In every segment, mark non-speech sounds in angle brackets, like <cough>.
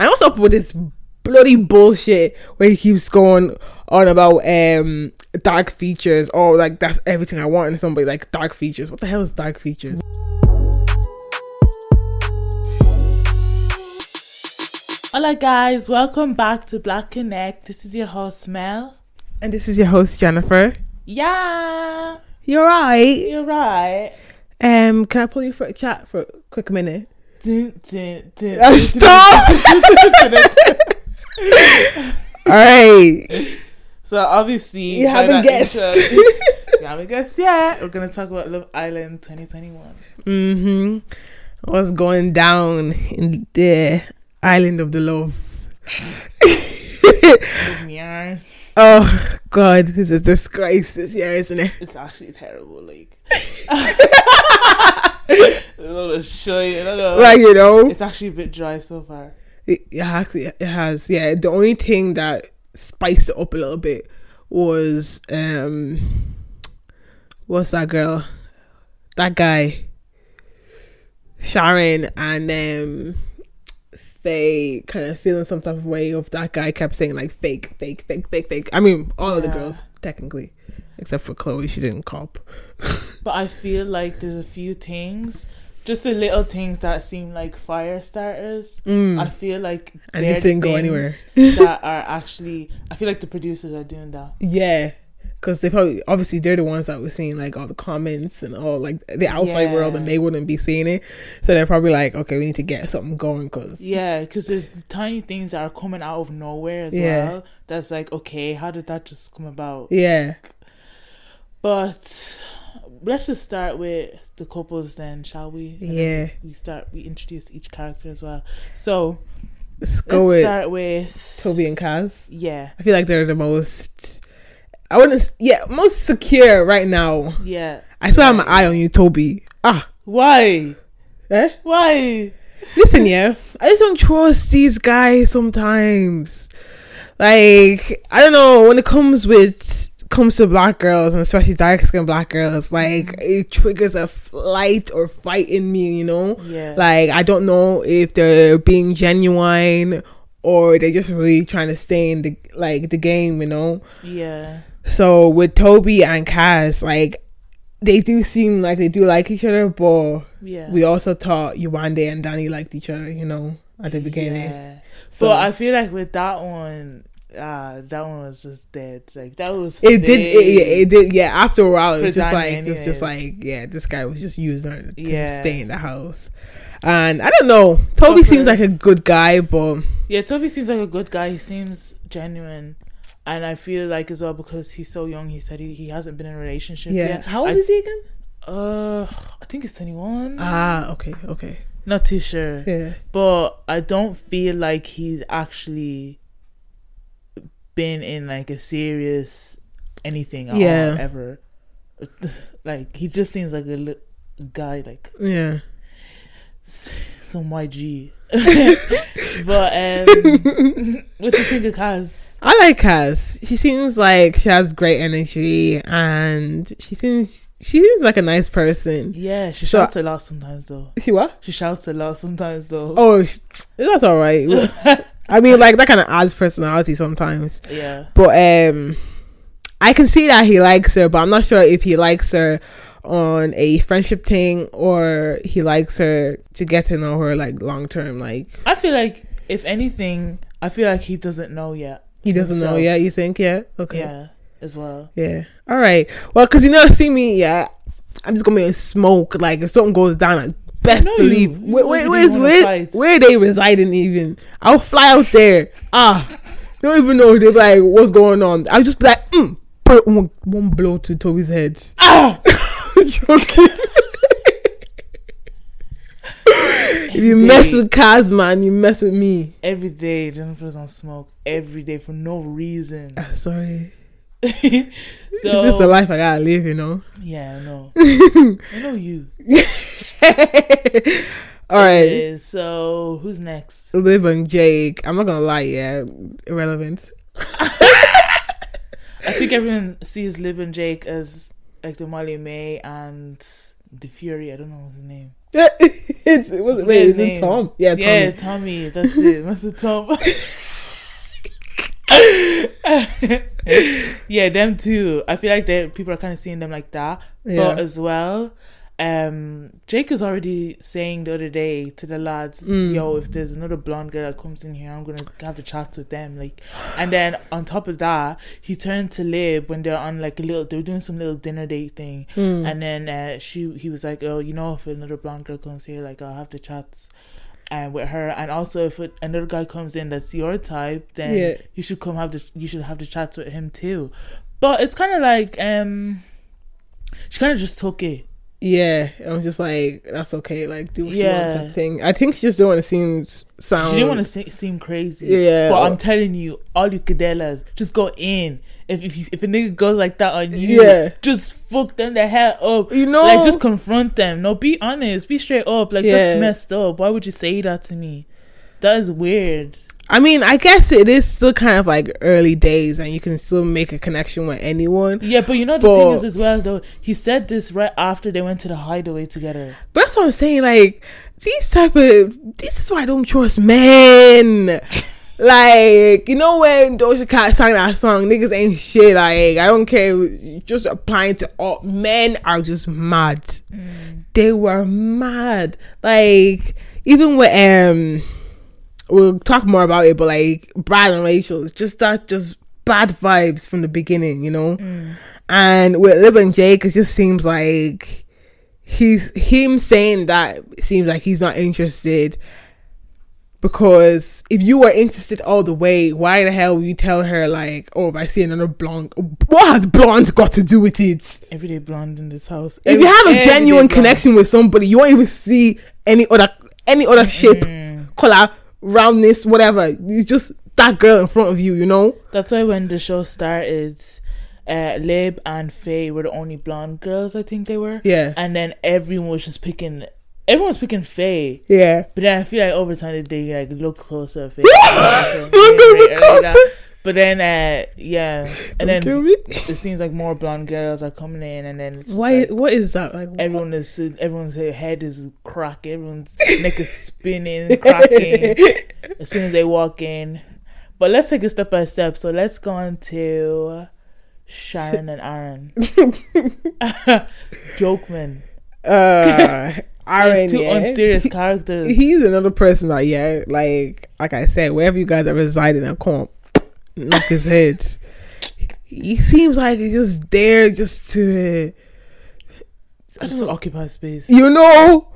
up with this bloody bullshit where he keeps going on about um dark features or like that's everything I want in somebody like dark features. What the hell is dark features? Hola, guys. Welcome back to Black Connect. This is your host, Mel. And this is your host Jennifer. Yeah, You're right. you're right. Um, can I pull you for a chat for a quick minute? <laughs> Dun, dun, dun. All right. so, obviously, You by haven't that guessed. intro- <laughs> <laughs> you haven't guessed yet. We're going to talk about Love Island 2021. Mm-hmm. What's going down in the island of the love? Give me yours. Oh God, this is a disgrace this year, isn't it? It's actually terrible. <laughs> Like, <laughs> I'm not gonna show you. I'm not gonna- Like you know, It's actually a bit dry so far. it, it actually it has. Yeah, the only thing that spiced it up a little bit was um, what's that girl? That guy, Sharon and um, Faye, kind of feeling some type of way of that guy kept saying like fake, fake, fake, fake, fake. I mean, all of the Yeah. girls technically, except for Chloe, she didn't cop. But I feel like there's a few things, just the little things that seem like fire starters. Mm. I feel like And they're this didn't the go things anywhere. that are actually. I feel like the producers are doing that. Yeah, because they probably obviously they're the ones that were seeing like all the comments and all like the outside Yeah. world, and they wouldn't be seeing it. So they're probably like, okay, we need to get something going because Yeah, because there's tiny things that are coming out of nowhere as Yeah. well. That's like, okay, how did that just come about? yeah, But let's just start with the couples then, shall we? And then Yeah. We start. We introduce each character as well. So let's go let's with start with Toby and Kaz. Yeah, I feel like they're the most. I wouldn't. s- Yeah, most secure right now. yeah. I still have my eye on you, Toby. Ah, Why? eh? Why? Listen, yeah, I just don't trust these guys sometimes. Like, I don't know when it comes with comes to black girls and especially dark skinned black girls, like it triggers a flight or fight in me. You know, Yeah. like I don't know if they're being genuine or they're just really trying to stay in the like the game. You know, yeah. so with Toby and Cass, like they do seem like they do like each other, but Yeah. we also thought Yuande and Danny liked each other, you know, at the beginning. Yeah. So- but I feel like with that one, uh, that one was just dead. Like that was It did, fake. it, yeah, it did, yeah. After a while, it was For just like Danny it was just anyways. like, yeah, this guy was just using her to Yeah. stay in the house, and I don't know. Toby But for- seems like a good guy, but Yeah, Toby seems like a good guy. He seems genuine. And I feel like as well because he's so young, he said he, he hasn't been in a relationship yeah. yet. How old I, is he again? Uh, I think he's 21. Ah, okay, okay, Not too sure. yeah, But I don't feel like he's actually been in like a serious anything at Yeah. all, ever. <laughs> like he just seems like a li- guy like yeah. some YG. <laughs> <laughs> but um, what do you think of Kaz? I like Cass. She seems like she has great energy, and she seems she seems like a nice person. Yeah, she So- shouts a lot sometimes though. She what? She shouts a lot sometimes though. Oh, sh- that's all <laughs> right. I mean, like that kind of adds personality sometimes. <laughs> Yeah. But um, I can see that he likes her, but I'm not sure if he likes her on a friendship thing or he likes her to get to know her like long term. Like I feel like if anything, I feel like he doesn't know yet. he doesn't know Himself. yet. You think? Yeah. Okay. Yeah, as well. Yeah. All right. Well, because you know, see me. Yeah. I'm just gonna be in smoke. Like if something goes down, I best know you. believe. You Where, know where, you where's, don't wanna where, fight. where they residing even? I'll fly out there. Ah, don't even know. They be like, what's going on? I'll just be like, mm, put one, one blow to Toby's head. <laughs> Ah! Joking. if you mess with Kaz, man, you mess with me. Every day, Jennifer's on smoke. Every day for <laughs> no reason. <laughs> Ah, sorry. so it's just the life I gotta live, you know. yeah, I <laughs> know. I know you. All right. Uh, so who's next? Liv and Jake. I'm not gonna lie, yeah, irrelevant. <laughs> I think everyone sees Lib and Jake as like the Molly May and the Fury. I don't know his name. it's, it was wait, is it Tom? Yeah, Tommy. yeah, Tommy. <laughs> That's it, Mr. Tom. <laughs> yeah, them too. I feel like they people are kind of seeing them like that, Yeah. but uh, as well. Um, Jake is already saying the other day to the lads, Mm. "Yo, if there's another blonde girl that comes in here, I'm gonna have to chat with them." Like, and then on top of that, he turned to Lib when they're on like a little, they're doing some little dinner date thing, Mm. and then uh, she he was like, "Oh, you know, if another blonde girl comes here, like I'll have to chat uh, with her, and also if it, another guy comes in that's your type, then Yeah. you should come have the you should have the chats with him too." But it's kind of like um, she kind of just took it. yeah, I was just like, that's okay. Like, do what you Yeah. want. That thing. I think she just don't want to seem s- sound. She didn't want to se- seem crazy. Yeah. But I'm telling you, all you cadellas, just go in. If if, you- if a nigga goes like that on you, Yeah. just fuck them the hell up. You know- like just confront them. No, be honest, be straight up. Like Oh. Yeah. that's messed up. Why would you say that to me? That is weird. I mean, I guess it is still kind of like early days, and you can still make a connection with anyone. Yeah, but you know the But- thing is as well though. He said this right after they went to the hideaway together. But that's what I'm saying. Like these type of this is why I don't trust men. Like you know when Doja Cat sang that song, niggas ain't shit. Like I don't care. Just applying to all men are just mad. They were mad. Like even with um, we'll talk more about it. But like Brad and Rachel, just that just bad vibes from the beginning. You know. And with Lib and Jake, it just seems like he's him saying that seems like he's not interested. Because if you were interested all the way, why the hell would you tell her like, "Oh, if I see another blonde, what has blonde got to do with it?" Everyday blonde in this house. If you have Every- a genuine everyday blonde. connection with somebody, you won't even see any other any other shape, Mm. color, roundness, whatever. It's just that girl in front of you, you know. That's why when the show started, uh, Lib and Faye were the only blonde girls. I think they were. Yeah. And then everyone was just picking. Everyone was picking Faye, Yeah, but then I feel like over time they like look closer at Faye. <laughs> Look over closer. But then, uh, yeah, and Don't kill then me. it seems like more blonde girls are coming in, and then it's just Why? like What is that? Like, everyone is everyone's head is cracking, everyone's neck is spinning, <laughs> cracking <laughs> as soon as they walk in. But let's take it step by step. So let's go on to Sharon <laughs> and Aaron. <laughs> Jokeman. uh, Aaron, Two yeah. unserious <laughs> characters. he's another person that yeah, like like I said, wherever you guys are residing, I can't knock his head. He seems like he's just there just to Just to occupy space. you know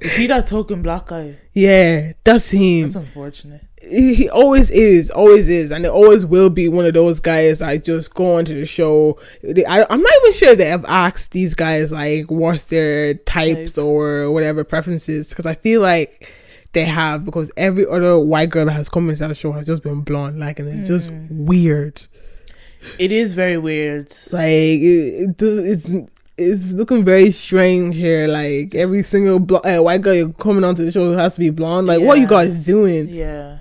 Is he that token black guy? Yeah, that's him. That's unfortunate. he he always is, always is, and it always will be one of those guys. I just go onto the show. They, I, I'm not even sure they have asked these guys like what's their types Type. or whatever preferences, because I feel like they have because every other white girl that has come into that show has just been blonde, like, and it's just Mm. weird. It is very weird. Like, it, it does, it's. It's looking very strange here. Like every single blo- uh, white girl you're coming onto the show has to be blonde. Like, what you Yeah. guys doing? Yeah.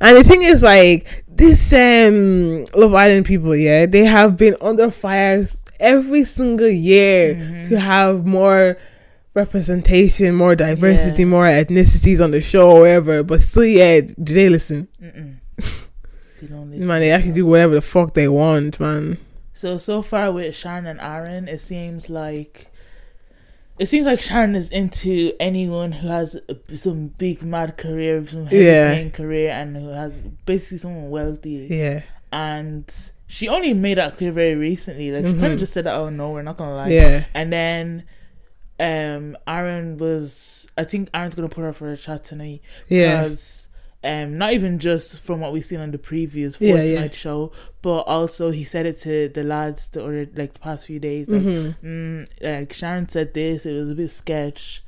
And the thing is, like this um Love Island people, yeah, they have been under fire s- every single year Mm-hmm. to have more representation, more diversity, Yeah. more ethnicities on the show, or whatever. But still, yeah, do they listen? Mm-mm. <laughs> They don't listen. Man, they actually do whatever the fuck they want, man. So so far with Sharon and Aaron, it seems like it seems like Sharon is into anyone who has a- some big mad career, some heavy Yeah. paying career, and who has basically someone wealthy. Yeah, And she only made that clear very recently. Like she kind Mhm. of just said, that, "Oh no, we're not gonna lie." yeah, And then um Aaron was, I think Aaron's gonna put her for a chat tonight yeah, because um, not even just from what we've seen on the previews for Yeah, yeah. tonight's show, but also he said it to the lads the other like the past few days. Like, hmm mm, like Sharon said this, it was a bit sketch,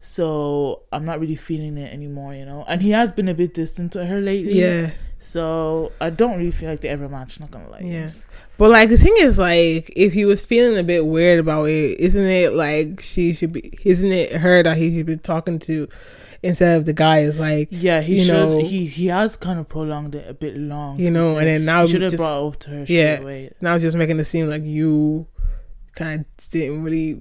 so I'm not really feeling it anymore, you know. And he has been a bit distant to her lately, yeah. So I don't really feel like they ever match. Not gonna lie, Yeah. But like the thing is, like if he was feeling a bit weird about it, isn't it like she should be? Isn't it her that he should be talking to instead of the guy? Is like Yeah, he You should. know- he he has kind of prolonged it a bit long, you know, and then now he should have just brought it up to her straight Yeah. away. now it's just making it seem like you kind of didn't really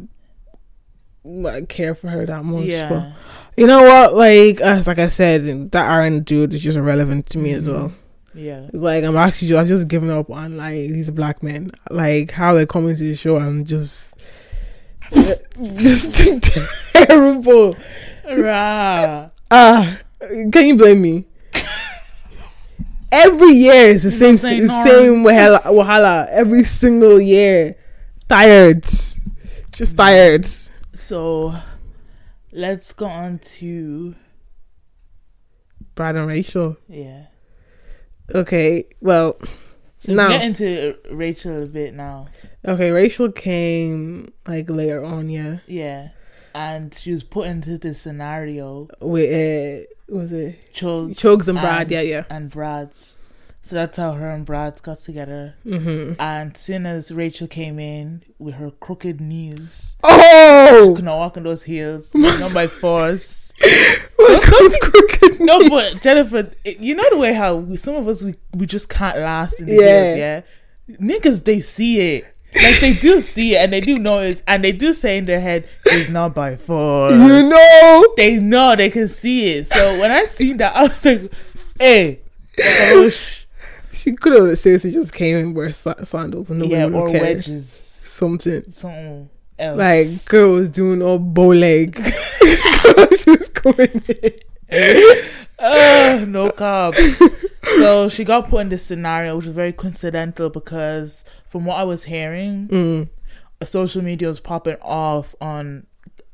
like, care for her that much. But yeah. you know what? Like as like I said, that Aaron dude is just irrelevant to me as Mhm. well. Yeah. It's like I'm actually just, I've just given up on like these black men. Like how they're coming to the show and just <laughs> just terrible. <laughs> Rah. Ah, can you blame me? Every year it's the You same don't say same no. wahala, wahala. Every single year, tired, Mm. just tired. So let's go on to Brad and Rachel. yeah. Okay, well, So Now. we get into Rachel a bit now. okay. Rachel came like later on, yeah. Yeah. And she was put into this scenario. With uh, was it Chug Chugs and Brad? and- yeah, yeah. and Brad's. So that's how her and Brad got together. Mm-hmm. And soon as Rachel came in with her crooked knees, Oh, <laughs> could not walk on those heels, not by force. my God's crooked. No, but Jennifer, it- you know the way how we, some of us we, we just can't last in the Yeah. heels, yeah. Niggas, they see it. Like they do see it, and they do know it, and they do say in their head, "It's not by force." you know. They know they can see it. So when I seen that, I was like, "Hey, oh, gosh." <laughs> She could have seriously just came and wear sa- sandals and nobody yeah, would or have cared. wedges, Something. something else. Like girl was doing all bow <laughs> leg. Girls was going in. Ugh, <laughs> no cob. so she got put in this scenario, which was very coincidental because from what I was hearing, Mm. social media was popping off on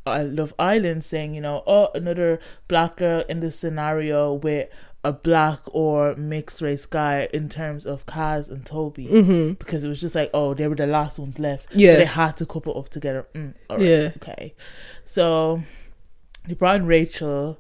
uh, Love Island saying, you know, oh, another black girl in this scenario with a black or mixed race guy in terms of Kaz and Toby. hmm Because it was just like, oh, they were the last ones left. Yeah. So they had to couple up together. Mm, all right. Yeah. Okay. So they brought in Rachel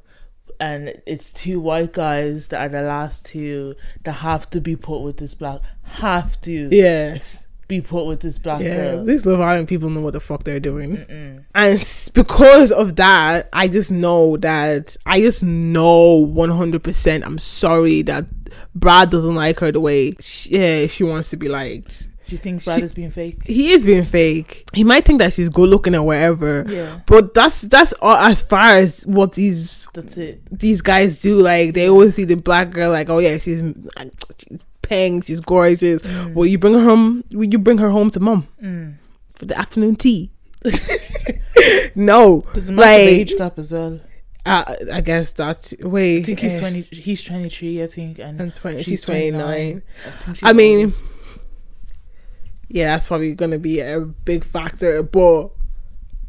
and it's two white guys that are the last two that have to be put with this black have to Yes. be put with this black Yeah. Ah, girl. Mm. These Love Island people know what the fuck they're doing. Mm-mm. And s- because of that, I just know that I just know 100%. I'm sorry that Brad doesn't like her the way she, yeah, she wants to be liked. Do you think Brad She- is being fake? He is being fake. He might think that she's good looking or whatever. Yeah. But that's that's all as far as what these That's it. these guys do like they always see the black girl like oh yeah she's like, she's paying she's gorgeous Mm. well you bring her home will you bring her home to mom Mm. for the afternoon <laughs> tea no There's a massive Like- age gap as well. uh, i guess that's I wait think he's eh, twenty. He's twenty three. I think, and I'm 20 she's, she's 29, 29. I, think she's I mean- oldest. yeah that's probably gonna be a big factor but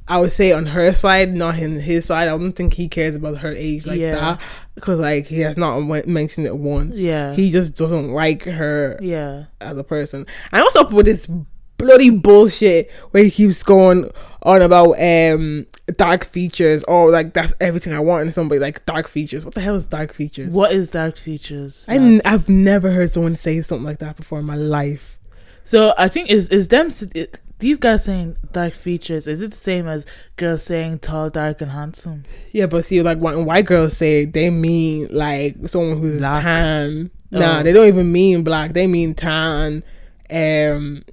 i would say on her side not in his side i don't think he cares about her age like Yeah. that because like he has not w- mentioned it once yeah, he just doesn't like her yeah, as a person. And also with this bloody bullshit where he keeps going on about um dark features or like that's everything I want in somebody like dark features. What the hell is dark features? What is dark features? I n- lads? I've never heard someone say something like that before in my life. so I think is is them s- it, these guys saying dark features? Is it the same as girls saying tall, dark, and handsome? Yeah, but see, like when white girls say, they mean like someone who's Black. tan. Nah, Oh. they don't even mean black. They mean tan, um,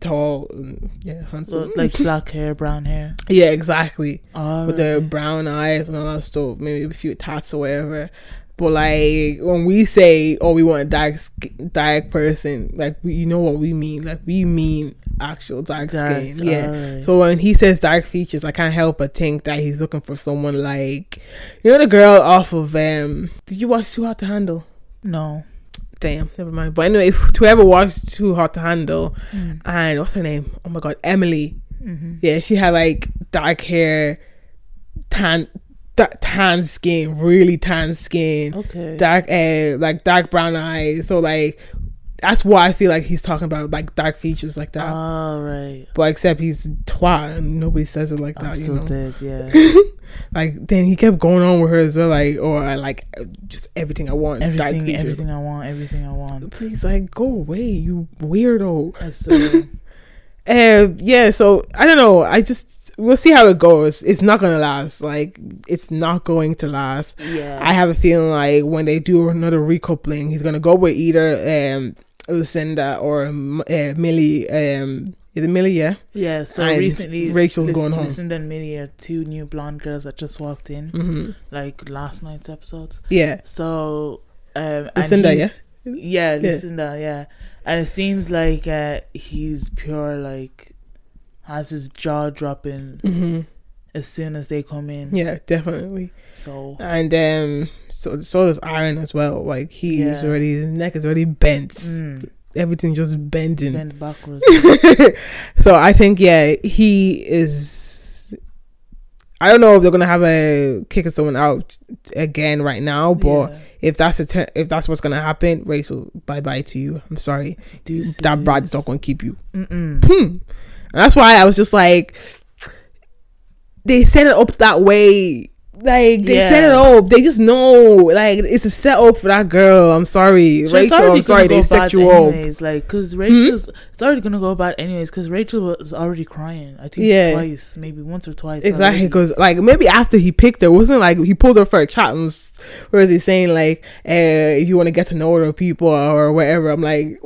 tall, mm, yeah, So, handsome. like black hair, brown hair. yeah, exactly. Oh, with their brown eyes and all that stuff, maybe a few tats or whatever. But like when we say, "Oh, we want a dark sk- dark person," like we, you know what we mean. Like we mean actual dark, skin. Yeah. So when he says dark features, I can't help but think that he's looking for someone like you know the girl off of um. Did you watch Too Hot to Handle? no. Damn, never mind. But anyway, whoever watched Too Hot to Handle Mm. and what's her name? Oh my God, Emily. hmm Yeah, she had like dark hair, tan, th- tan skin, really tan skin, Okay. dark, uh, like dark brown eyes. So like, that's why I feel like he's talking about like dark features like that. All right. but except he's twat and nobody says it like I'm that, you still know. dead. Yeah. Like then he kept going on with her as well, like or I like just everything I want, dark everything, features. everything I want, everything I want. Please, like go away, you weirdo. I swear. Uh, yeah, so I don't know. I just we'll see how it goes. It's not gonna last. Like it's not going to last. yeah. I have a feeling like when they do another recoupling, he's gonna go with either um Lucinda or um, uh, Millie. Um, Yeah, the Millie, yeah. Yeah, so And recently Rachel's going home. Listen and Millie are two new blonde girls that just walked in, hmm like last night's episode. Yeah. So um, and Lucinda, he's- yeah, Yeah. Lucinda, yeah, and it seems like uh, he's pure like has his jaw dropping hmm as soon as they come in. Yeah, definitely. So And um, so so does Aaron as well. Like he's Yeah. already his neck is already bent. mm, Everything just bending. bend backwards. so I think yeah, he is. I don't know if they're gonna have a kicking someone out again right now, but Yeah. if that's a te- if that's what's gonna happen, Rachel, bye bye to you. I'm sorry, Deuces. that Brad's not gonna keep you. Mm-mm. Hmm. And that's why I was just like, they set it up that way. Like they set it Yeah. up. They just know. Like it's a setup for that girl. I'm sorry, So it's Rachel. already I'm sorry, gonna they go bad set you up. anyways, like because Rachel's it's already gonna go bad anyways because Rachel was already crying. I think Yeah. twice, maybe once or twice. Exactly, already. because like maybe after he picked her, wasn't like he pulled her for a chat and was, where is he saying like, uh, if you want to get to know other people or whatever. I'm like,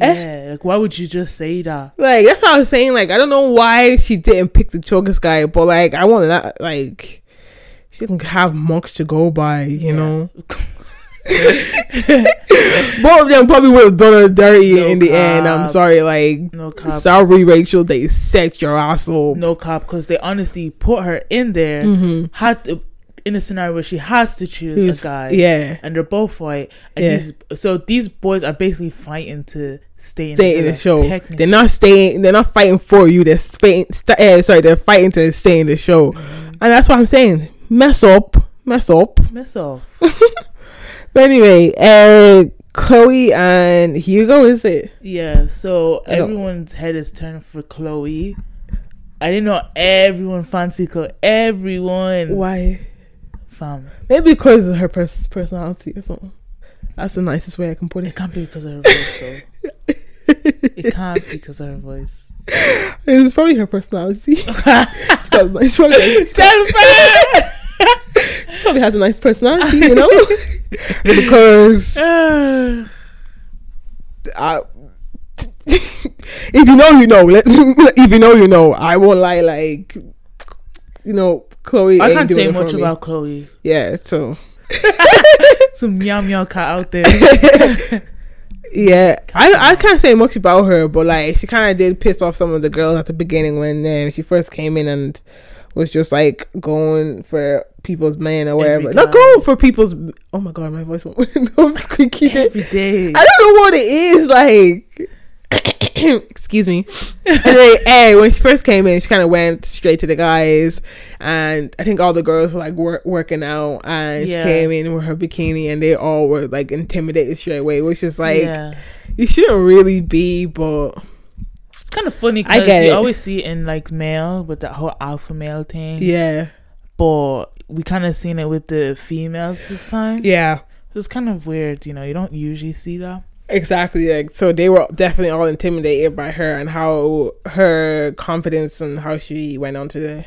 Eh. Yeah, like why would you just say that? like that's what I was saying. Like I don't know why she didn't pick the Chogas guy, but like I want that. Like she didn't have much to go by, you Yeah. know. <laughs> Both of them probably would have done her dirty No in the end. I'm cap. sorry, like No cop, sorry, Rachel. They set your ass up. no cop, because they honestly put her in there hmm had to, in a scenario where she has to choose Who's- a guy, Yeah, and they're both white, and Yeah. these, so these boys are basically fighting to stay in, stay in the villa, show. technically. They're not staying. They're not fighting for you. They're staying. St- eh, sorry, they're fighting to stay in the show, Mm-hmm. and that's what I'm saying. Mess up, mess up. Mess off. But anyway, uh, Chloe and Hugo is it? Yeah, so I don't- everyone's head is turned for Chloe. I didn't know everyone fancy Chloe. Everyone, Why? fam. Maybe because of her pers- personality or something. That's the nicest way I can put It it. can't be because of her voice, though. it can't be because of her voice. <laughs> It's probably her <laughs> personality. She's got a nice- probably, she's got- Jennifer! <laughs> she probably has a nice personality, you know. <laughs> because <laughs> Ah. I, if you know, you know. Let <laughs> if you know, you know. I won't lie. Like you know, Chloe. I ain't can't doing say it for much me. about Chloe. Yeah. So Some meow meow cat <laughs> out there. Yeah, I I can't say much about her, but like she kind of did piss off some of the girls at the beginning when um, she first came in and was just like going for people's men or whatever. Every Not guy. going for people's. Oh my god, my voice went <laughs> no squeaky. there. Every day. I don't know what it is like. <coughs> Excuse me. Anyway, <laughs> hey, when she first came in, she kind of went straight to the guys, and I think all the girls were like wor- working out, and Yeah. she came in with her bikini, and they all were like intimidated straight away, which is like yeah. you shouldn't really be, but It's kind of funny I because get you it. always see it in like male with that whole alpha male thing. yeah, But we kind of seen it with the females this time. yeah, It's kind of weird, you know. You don't usually see that. exactly. Like so, they were definitely all intimidated by her and how her confidence and how she went on to the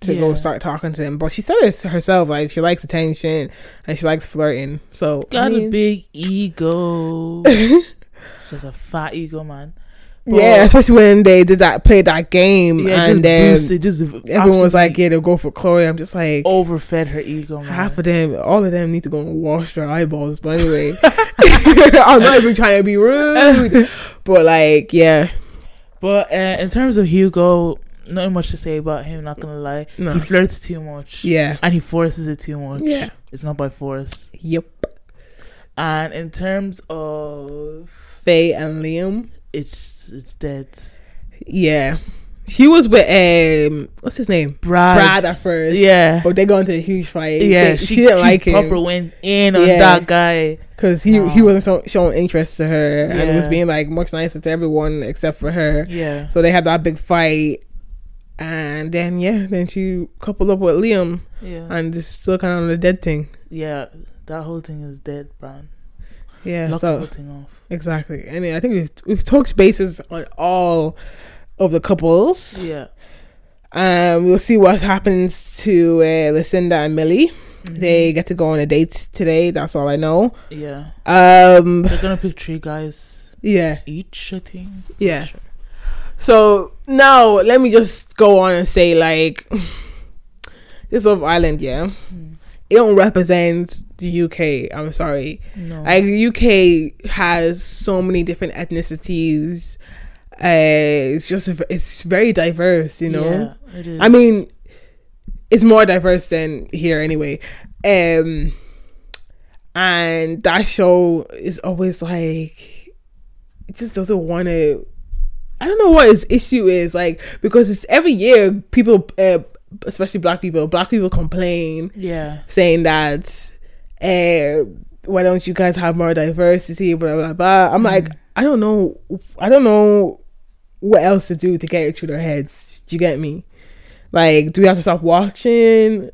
to go Yeah. start talking to them. But she said it herself, like she likes attention and she likes flirting. So I Got mean, a big <laughs> ego. She's a fat ego, man. But- yeah, especially when they did that, played that game, Yeah, and just then boosted, just everyone was like, absolutely "Yeah, they'll go for Chloe." I'm just like. overfed her ego, man. Half of them, all of them need to go and wash their eyeballs. But anyway, <laughs> <laughs> I'm not even trying to be rude, but like, yeah, But uh, in terms of Hugo, not much to say about him. Not gonna lie, No. he flirts too much. yeah, and he forces it too much. Yeah. it's not by force. yep. And in terms of Faye and Liam, it's it's dead. yeah, she was with um, what's his name, Brad, Brad at first, Uh, yeah, but they got into a huge fight. yeah. They- she, she, <laughs> didn't she like proper him went in on Yeah. that guy. because he No. he wasn't so, showing interest to her and was Yeah. being like much nicer to everyone except for her. Yeah, So they had that big fight. And then yeah, then she coupled up with Liam, yeah, and it's still kind of on the dead thing. yeah. That whole thing is dead, Brad. Yeah, Lock the so whole thing off. exactly. And I think we've we've talked spaces on all of the couples. Yeah, Um, we'll see what happens to uh, Lucinda and Millie. Mhm. They get to go on a date today. That's all I know. yeah. Um, They're gonna pick three guys yeah, each. I think. yeah. Sure. So now let me just go on and say like this Love Island, yeah. It don't represent the UK. I'm sorry. No. Like the UK has so many different ethnicities. Uh, it's just it's very diverse, you know. Yeah, it is. I mean, it's more diverse than here anyway. Um, and that show is always like, it just doesn't want to. I don't know what his issue is like because it's every year people, uh, especially black people, black people complain yeah. saying that, uh, why don't you guys have more diversity? Blah blah blah. Mm. I'm like, I don't know, I don't know what else to do to get it through their heads. Do you get me? Like, do we have to stop watching?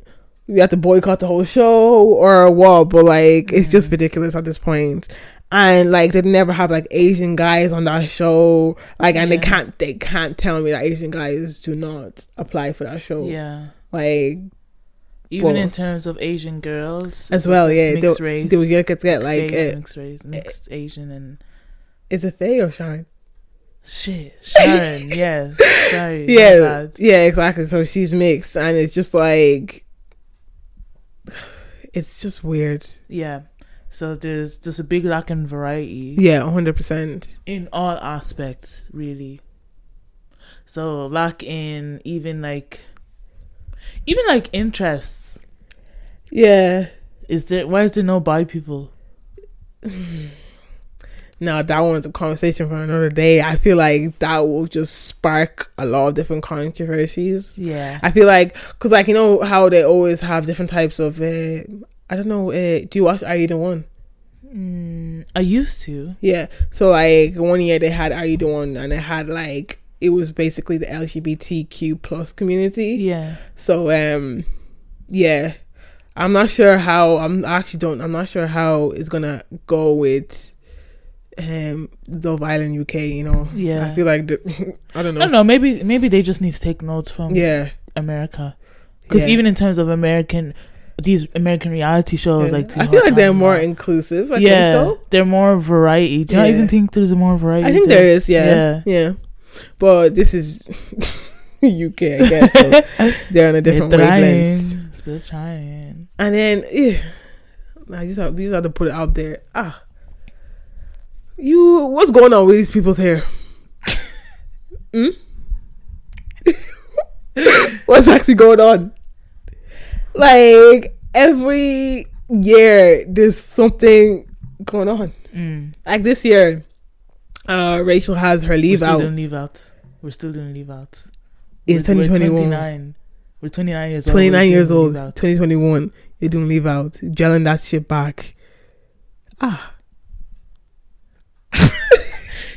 Do we have to boycott the whole show or what? But like, it's just Mm. ridiculous at this point. And like, they never have like Asian guys on that show. Like, and Yeah. they can't they can't tell me that Asian guys do not apply for that show. Yeah. Like, Even Well- in terms of Asian girls as well, it's yeah. Mixed They, race. they would get, get, get like, Asian, uh, mixed race, mixed Asian, and is it Faye or Shine? <laughs> shit. Sharon, yeah, sorry, my Yeah, bad. yeah, exactly. So she's mixed, and it's just like, <sighs> it's just weird. yeah. So there's there's a big lack in variety Yeah, hundred percent. in all aspects, really. So lack in even like, even like interests. Yeah, Is there why is there no bi people? now that one's a conversation for another day. I feel like that will just spark a lot of different controversies. Yeah, I feel like, cause like you know how they always have different types of. Uh, I don't know. Uh, do you watch Are You the One? mm, I used to. Yeah. So like one year they had Are You the One, and it had like it was basically the LGBTQ plus community. Yeah, So um yeah. I'm not sure how I'm I actually don't I'm not sure how it's gonna go with um Dove Island UK, you know. Yeah. I feel like the, <laughs> I don't I know. don't know. Maybe maybe they just need to take notes from Yeah. America. Because Yeah. even in terms of American, these American reality shows, Yeah. like Teen I feel Hot like they're Time, more uh, inclusive, I yeah, think so. they're more variety. Do you not Yeah. even think there's more variety? I think there is, yeah. Yeah. Yeah. But this is <laughs> UK, I guess. <laughs> So they're on a They're different wavelength. trying, still trying. And then eh, I just have, we just have to put it out there. Ah. You what's going on with these people's <laughs> hair? Hmm? <laughs> what's actually going on? Like every year there's something going on. Mm. Like this year, uh Rachel has her We leave still out didn't leave out. We're still doing leave out. in We're- twenty twenty We're one. 29. We're 29 years old. Twenty We're nine years doing old, leave out. twenty twenty one, you're doing leave out, gelling that shit back. Ah,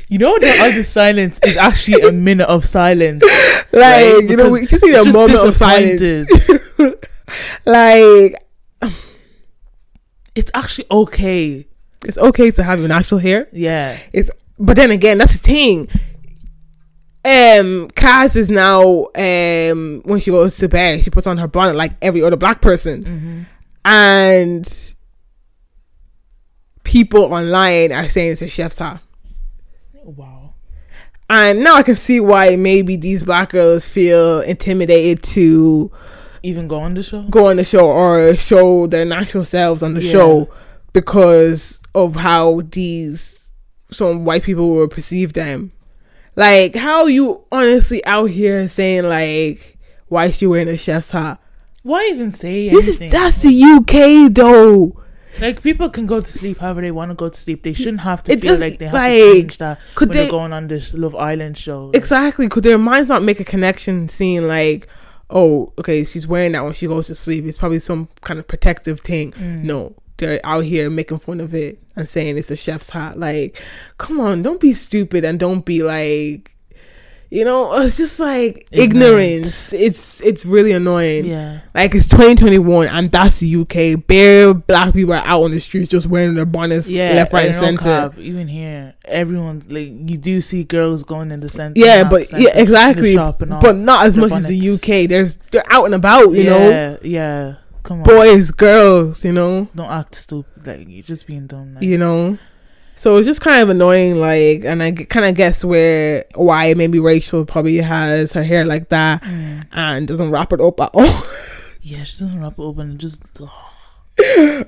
You know the <laughs> other silence is actually a minute of silence. like Right, you know we just need a Just moment of silence disappointed. like it's actually okay. it's okay to have your natural hair Yeah. it's but then again that's the thing um Kaz is now um when she goes to bed she puts on her bonnet like every other black person Mm-hmm. and people online are saying it's a chef's hat Wow. and now I can see why maybe these black girls feel intimidated to Even go on the show. go on the show or show their natural selves on the Yeah. show because of how these some white people will perceive them. Like how you honestly out here saying like why is she wearing a chef's hat? Why even say This is anything? that's the UK though. like people can go to sleep however they want to go to sleep. They shouldn't have to It feel doesn't- like they have like, to change that Could when they, they are going on this Love Island show. Like, exactly could their minds not make a connection seeing like oh okay she's wearing that when she goes to sleep it's probably some kind of protective thing Mm. no they're out here making fun of it and saying it's a chef's hat like come on don't be stupid and don't be like you know <laughs> it's just like Ignorant. ignorance it's it's really annoying Yeah. like it's 2021 and that's the uk bare black people are out on the streets just wearing their bonnets Yeah. left right and and no center cap, even here, everyone like you do see girls going in the center. yeah not but center, yeah in the exactly shop and all. but not as the much as the bonnets. uk there's they're out and about you know yeah, yeah. Come on, boys girls you know don't act stupid. Like you're just being dumb. Like. you know So it's just kind of annoying, like, and I kind of guess where why maybe Rachel probably has her hair like that Mm. and doesn't wrap it up at <laughs> all. Yeah, she doesn't wrap it open. It just ugh.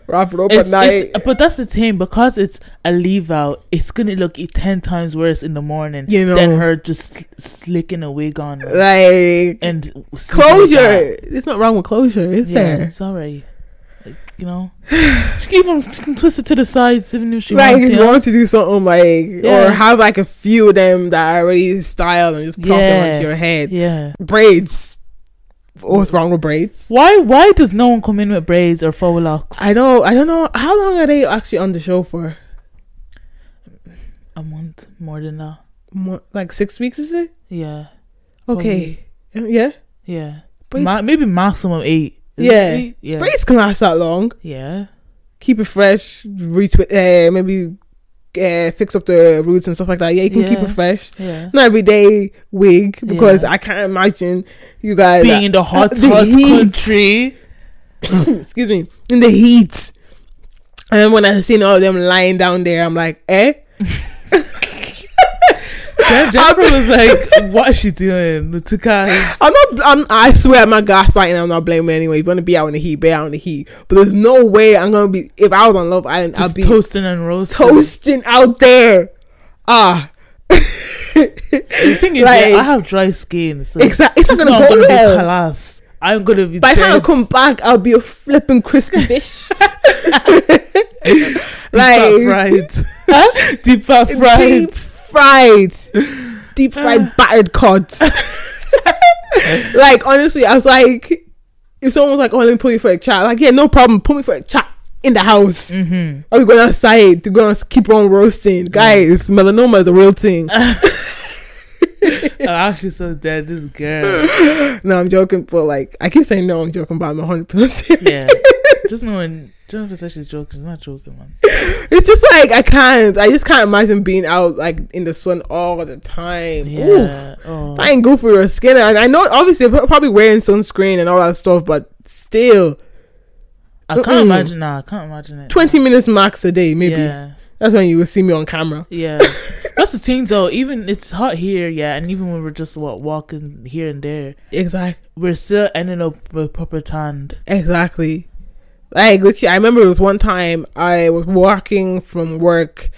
wrap it up It's- at night. it's- but that's the thing because it's a leave out. It's gonna look e- ten times worse in the morning You know. than her just sl- slicking a wig on like, like and sleeping with that. closure. There's not wrong with closure, is yeah, there? it's alright. Like you <sighs> know, she can even she can twist it to the sides even if she like wants. if You you know? want to do something like Yeah. or have like a few of them that are already styled and just plop them Yeah. onto your head. Yeah. Braids. What's wrong with braids? Why? Why does no one come in with braids or faux locks? I don't I don't know how long are they actually on the show for? A month more than that. Mo- like six weeks is it? Yeah. Oh, Okay. Um, Yeah. Yeah. Braids, Ma- maybe maximum eight. Is it Yeah. eight? Yeah. braids can last that long. Yeah. Keep it fresh. Retwist. Uh, maybe uh, fix up the roots and stuff like that. Yeah, you can keep Yeah. it fresh. Yeah. Not everyday wig because Yeah. I can't imagine you guys Being in the hot, the hot heat. country. <laughs> <coughs> excuse me, in the heat. And when I seen all of them lying down there, I'm like, eh? Yeah, Jennifer was like, "What is she doing?" Tukai. I'm not. I'm, I swear, I'm not gaslighting. I'm not blaming anyone. You're gonna be out in the heat, be out in the heat. But there's no way I'm gonna be. If I was on Love Island, Just I'd be toasting and roasting. toasting out there. Ah, The thing is, Like- yeah, I have dry skin, so exactly. It's it's not gonna not go gonna well. be class. I'm gonna be. By the time I dead. come back, I'll be a flipping <laughs> crispy bitch. deep like fried, <laughs> deep fat fried. Ah. deep fried, deep fried battered cod. like honestly, I was like, if someone was like, "Oh, let me pull you for a chat," like, yeah, no problem, pull me for a chat in the house. Mm-hmm. Are we going outside to go and keep on roasting, Mm. guys? Melanoma is a real thing. I'm actually so dead. This girl. no, I'm joking, but like, I keep saying no, I'm joking, but I'm 100 percent. Yeah. Just know when Jennifer says she's joking, she's not joking, man. It's just like I can't. I just can't imagine being out like in the sun all the time. Oof. Yeah. Oh. I ain't good for your skin. And I know, obviously, they're probably wearing sunscreen and all that stuff, but still, I can't Mm-mm. imagine. Nah, I can't imagine it. 20 minutes max a day, maybe. Yeah. That's when you will see me on camera. Yeah. That's the thing, though. Even it's hot here, yeah, and even when we're just what walking here and there, Exactly. we're still ending up with proper tanned. Exactly. Like, literally, I remember it was one time I was walking from work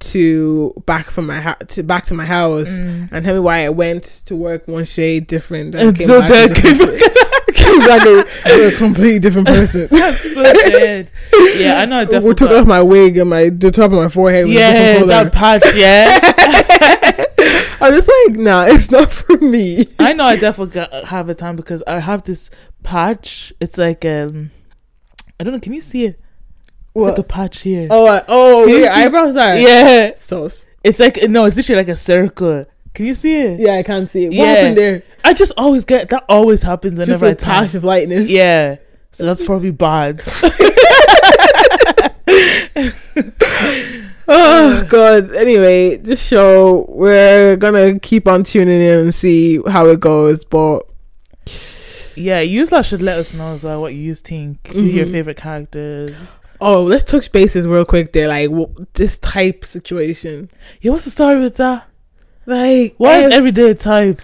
to back from my ho- to back to my house, Mm. <laughs> and tell me why I went to work one shade different. and It's came so back dead. a <laughs> different- came back a, a completely different person. So dead. Yeah, I know. I We definitely. took off my wig and my the top of my forehead. Was a yeah, different color. that patch. Yeah, I'm just like, nah, it's not for me. I know. I definitely got, uh, have a tan because I have this patch. It's like um, I don't know. Can you see it? It's like a patch here. oh, uh, oh, Can you your see- eyebrows are. yeah. So, It's like no, it's literally like a circle. Can you see it? yeah, I can't see it. What Yeah. happened there? I just always get that. Always happens Just whenever a I tan. patch of lightness. Yeah. Mm. So that's probably bad. Oh, God. Anyway, this show, we're gonna keep on tuning in and see how it goes, but yeah, you lot should let us know as well what you think. Who your Mhm. favorite characters? Oh, let's touch bases real quick there. Like, w- this type situation. Yeah, what's the story with that? Like, Why ev- is everyday type?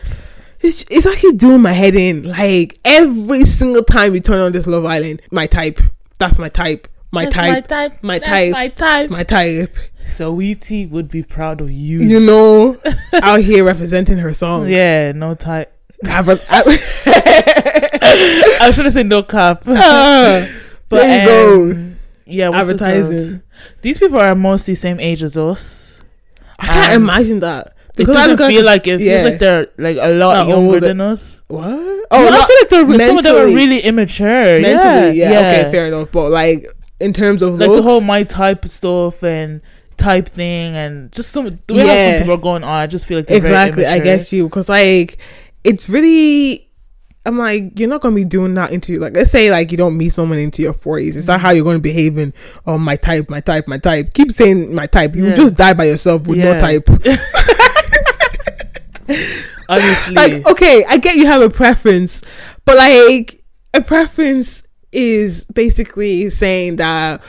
it's, it's actually doing my head in. Like, every single time you turn on this Love Island, my type. That's my type. My That's type. type. My That's type. My type. my type. So Weetie would be proud of you. You <laughs> know, out here representing her song. <laughs> Yeah, no type. I <laughs> was- I- I should have said no cap. <laughs> Ah, <laughs> but there you um, yeah, what's it called? advertising. These people are mostly same age as us. I can't Um, imagine that It I doesn't look at- feel like it yeah. feels like they're like a lot Not younger older. than us. what? Oh, Oh, I not feel like they're some of them are mentally. really immature. mentally. yeah, Yeah, Okay, fair enough. But like in terms of Like the looks, whole my type stuff and type thing, and just some the way how Yeah. some people are going on. I just feel like they're exactly. Very I <laughs> immature. get you because like it's really. I'm like, you're not gonna be doing that into like. Let's say like you don't meet someone into your 40s. It's not how you're gonna be behaving. Oh, my type, my type, my type. Keep saying my type. You Yeah. just die by yourself with <laughs> Yeah. no type. Honestly, like oh. okay i get you have a preference but like a preference is basically saying that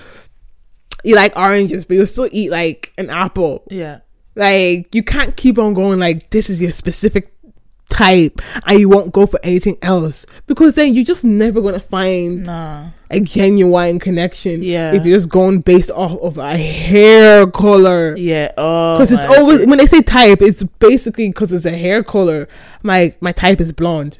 you like oranges, but you'll still eat like an apple. Yeah. Like you can't keep on going like this is your specific type and you won't go for anything else because then you're just never gonna find Nah. a genuine connection Yeah. if you're just going based off of a hair color Yeah. Oh. because my it's always when they say type it's basically because it's a hair color my my type is blonde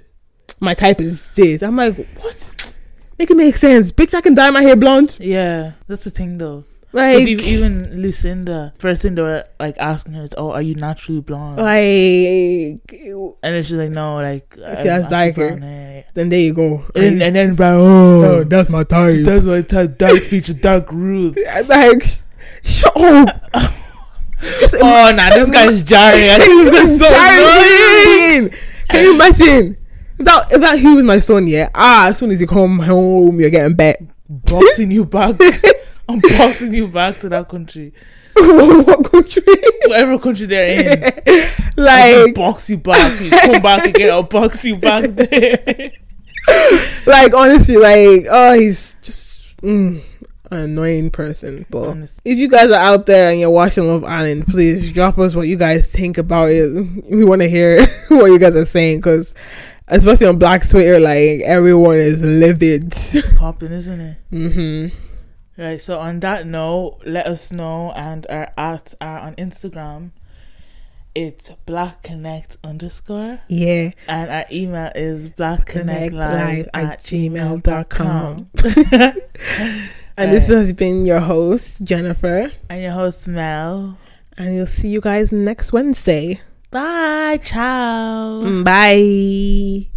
my type is this i'm like what make it make sense bitch i can dye my hair blonde Yeah, that's the thing though. 'Cause like ev- even Lucinda, first thing they were like asking her is, "Oh, are you naturally blonde?" like and then she's like, "No, like I'm has actually dark hair. brown hair." then there you go And, and then brown. Oh, that's my type that's why type dark <laughs> feature, <laughs> dark roots. I'm like, sh- shut up. Oh, nah, this guy's jarring. I think this guy's so jarring. Jarring. Can you imagine? If that, if that he was my son, yeah, ah, as soon as you come home, you're getting back. Boxing you back. <laughs> I'm boxing you back to that country, <laughs> what country? <laughs> whatever country they're in. I'll like, box you back. You come back again. I'll box <laughs> you back there. <laughs> like honestly, like, oh, he's just mm, an annoying person. But Honest- if you guys are out there and you're watching Love Island, please drop us what you guys think about it. <laughs> We want to hear <laughs> what you guys are saying because, especially on Black Twitter, like everyone is livid. <laughs> It's popping, isn't it? hmm Right, so on that note, let us know and our at are on Instagram. It's black connect underscore Yeah. and our email is black connect live Live at at gmail dot com. <laughs> And this has been your host, Jennifer. I'm your host Mel. And we'll see you guys next Wednesday. Mm. Bye, ciao. Bye.